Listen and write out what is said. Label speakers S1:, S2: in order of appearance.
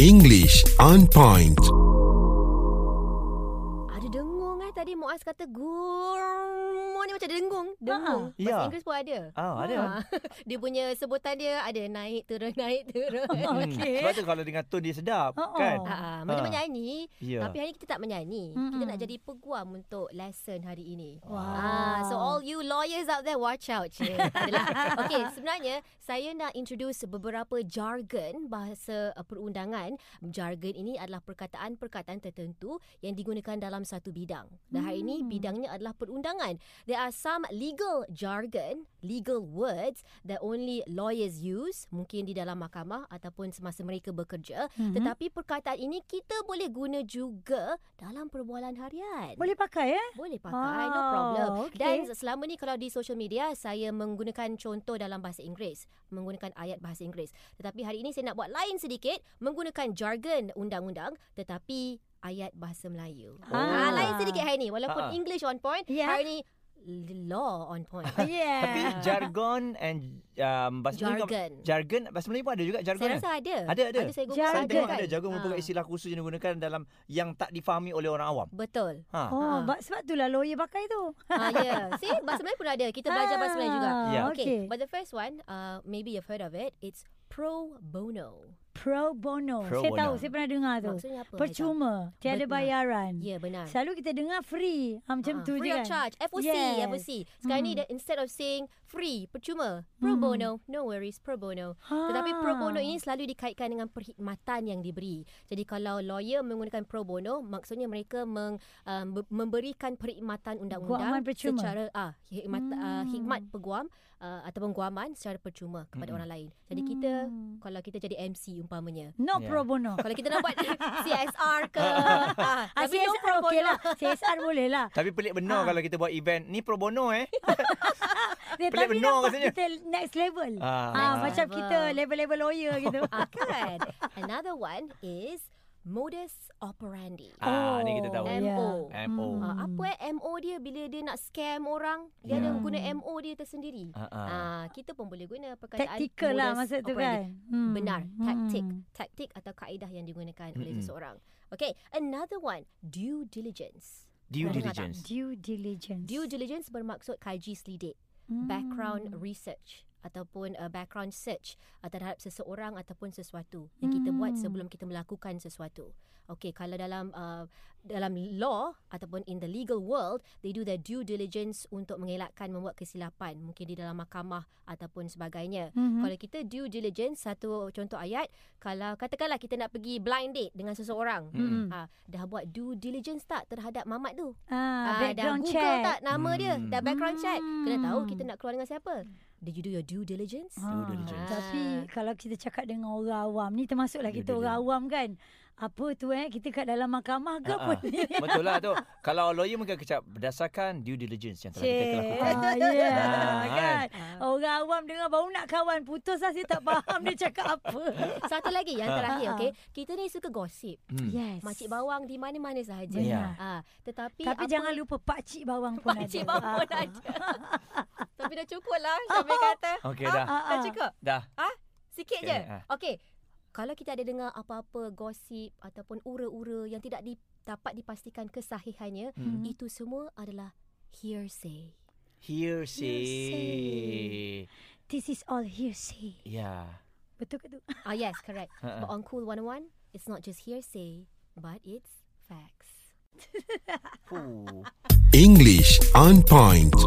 S1: English on point.
S2: Ada dengung eh tadi Muaz kata gurung ni macam ada dengung. Dengung.
S3: Ha,
S2: Bahasa
S3: ya.
S2: Inggeris pun ada.
S3: Ah, ada.
S2: Ha. Dia punya sebutan dia ada naik turun naik turun.
S3: Hmm. Sebab tu kalau dengan tone dia sedap
S4: Oh, oh.
S3: kan.
S2: Ha, ha. Macam
S3: Ha.
S2: menyanyi
S3: Ya.
S2: yeah. tapi hari ni kita tak menyanyi. Mm-hmm. Kita
S4: Mm-mm.
S2: nak jadi peguam untuk lesson hari ini.
S4: Wow.
S2: Ah, so all you lawyers out there watch out. je. Tak adalah. Okey, sebenarnya saya nak introduce beberapa jargon bahasa uh, perundangan. Jargon ini adalah perkataan-perkataan tertentu yang digunakan dalam satu bidang. Dan hari ini
S4: Hmm.
S2: bidangnya adalah perundangan. There are some legal jargon, legal words that only lawyers use, mungkin di dalam mahkamah ataupun semasa mereka bekerja.
S4: Mhm.
S2: Tetapi perkataan ini kita boleh guna juga dalam perbualan harian.
S4: boleh pakai eh?
S2: Boleh pakai, Ah, no problem.
S4: okay.
S2: Dan selama ni kalau di social media, saya menggunakan contoh dalam bahasa Inggeris. Menggunakan ayat bahasa Inggeris. Tetapi hari ini saya nak buat lain sedikit, menggunakan jargon undang-undang tetapi ayat bahasa Melayu. Ah.
S4: Ah.
S2: lain sedikit hari ni. Walaupun
S3: Ah.
S2: English on point,
S4: Ya.
S2: hari ni law on point.
S4: yeah.
S3: Tapi jargon and um, bahasa Melayu kau-
S2: jargon.
S3: jargon bahasa Melayu pun ada juga jargon.
S2: Saya
S3: kan?
S2: rasa ada.
S3: Ada, ada.
S2: Ada saya google
S3: Saya
S4: Jargon.
S3: tengok
S2: kan?
S3: ada jargon
S2: Ah.
S3: merupakan istilah khusus yang digunakan dalam yang tak difahami oleh orang awam.
S2: Betul.
S3: Ha.
S2: Ah.
S4: Oh, ha. sebab itulah lawyer pakai tu.
S2: Ah, ya. See, bahasa Melayu pun ada. Kita belajar bahasa Melayu juga.
S4: Ah,
S3: Ya.
S2: Okay.
S4: Okay.
S2: But the first one, uh, maybe you've heard of it. It's pro bono.
S4: Pro bono.
S3: Pro
S4: saya
S3: bono.
S4: tahu, saya pernah dengar tu.
S2: Maksudnya apa?
S4: Percuma, tiada
S2: Betul.
S4: bayaran.
S2: Haizam? Ya, benar.
S4: Selalu kita dengar free. Ha, macam
S2: Ah,
S4: tu
S2: free
S4: je
S2: of
S4: kan.
S2: charge. FOC,
S4: Yes.
S2: FOC. Sekarang ni
S4: Hmm.
S2: ni instead of saying free, percuma, pro
S4: Hmm.
S2: bono, no worries, pro bono.
S4: Ha.
S2: Tetapi pro bono ini
S4: Ah.
S2: selalu dikaitkan dengan perkhidmatan yang diberi. Jadi kalau lawyer menggunakan pro bono, maksudnya mereka meng, um, be- memberikan perkhidmatan undang-undang
S4: Guaman percuma.
S2: secara ah hikmat hmm. uh,
S4: Hmm.
S2: hikmat peguam uh, ataupun guaman secara percuma kepada
S3: Mm-mm.
S2: orang lain. Jadi kita
S4: Hmm.
S2: kalau kita jadi MC umpamanya.
S4: No
S3: Ya.
S4: pro bono.
S2: Kalau kita nak buat CSR ke ah,
S4: Ah,
S2: tapi no pro
S4: CSR okey
S2: bono.
S4: lah. CSR boleh lah.
S3: Tapi pelik benar
S2: Ah.
S4: Ha.
S3: kalau kita buat event. Ni pro bono eh.
S4: Dia
S3: Pelik
S4: tapi
S3: benar
S4: nampak
S3: rasanya.
S4: Kita next level.
S3: Ha.
S4: Ah,
S2: Next
S4: macam
S2: level.
S4: kita level-level lawyer gitu.
S2: Ah, kan? Another one is modus operandi.
S3: Ah, ni kita tahu.
S2: Oh, MO.
S3: MO.
S4: Hmm.
S2: Ah, apa eh MO dia bila dia nak scam orang, dia ada
S3: Ya.
S2: guna MO dia tersendiri.
S3: Ha. ha.
S2: Ah, kita pun boleh guna perkataan
S4: Tactical lah
S2: modus
S4: masa tu
S2: operandi.
S4: kan. Hmm.
S2: Benar, taktik,
S4: Hmm.
S2: taktik atau kaedah yang digunakan oleh
S3: Mm-mm.
S2: seseorang. Okay, another one, due diligence.
S3: Due
S2: Pernah dengar
S3: diligence.
S4: Due diligence.
S2: Due diligence bermaksud kaji selidik,
S4: Hmm.
S2: background research ataupun uh, background search uh, terhadap seseorang ataupun sesuatu yang kita buat
S4: Hmm.
S2: sebelum kita melakukan sesuatu. Okey, kalau dalam uh, dalam law ataupun in the legal world, they do their due diligence untuk mengelakkan membuat kesilapan mungkin di dalam mahkamah ataupun sebagainya.
S4: Mhm.
S2: Kalau kita due diligence satu contoh ayat, kalau katakanlah kita nak pergi blind date dengan seseorang,
S3: Mm-mm.
S4: Mm-mm.
S2: ah, dah buat due diligence tak terhadap mamat tu?
S4: Ah,
S2: Ah, dah
S4: background
S2: Google
S4: check.
S2: tak nama dia,
S3: Hmm.
S2: dah background check. Kena tahu
S4: Hmm.
S2: kita nak keluar dengan siapa. Did you do your due diligence?
S4: Ah,
S3: Due diligence.
S4: Tapi
S2: Ah.
S4: kalau kita cakap dengan orang awam ni termasuklah
S3: Due
S4: kita orang
S3: diligence.
S4: awam kan. Apa tu eh kita kat dalam mahkamah ke
S3: Ah,
S4: apa
S3: ah.
S4: ni?
S3: Betul lah tu. Kalau lawyer mungkin akan cakap berdasarkan due diligence yang telah kita lakukan.
S4: Ah, yeah,
S3: Ah,
S4: kan.
S2: Ah.
S4: Orang awam dengar baru nak kawan putus lah saya tak faham dia cakap apa.
S2: Satu lagi yang
S3: Ah.
S2: terakhir,
S4: Ah.
S2: okay? Kita ni suka gosip.
S3: Hmm.
S4: Yes.
S2: Makcik bawang di mana-mana sahaja.
S4: Benar.
S3: Ya.
S2: Ah, tetapi
S4: Tapi
S2: apa-
S4: jangan lupa pakcik bawang pun
S2: Pakcik
S4: ada.
S2: bawang pun ada.
S4: Ah,
S2: Tapi dah cukup lah Syamil kata.
S3: Okey
S2: Ah,
S3: dah.
S4: ah,
S2: Dah
S4: ah.
S2: cukup?
S3: Dah.
S2: Sikit
S3: Okey,
S2: je.
S3: ah.
S2: Okey. Kalau kita ada dengar apa-apa gosip ataupun ura-ura yang tidak di, dapat dipastikan kesahihannya,
S3: Hmm.
S2: itu semua adalah hearsay.
S3: Hearsay.
S4: This is all hearsay.
S3: Ya.
S4: Betul ke tu?
S2: Ah yes, correct.
S3: Ha, ha.
S2: But on Cool 101, it's not just hearsay, but it's facts.
S3: Fuh.
S1: English on point.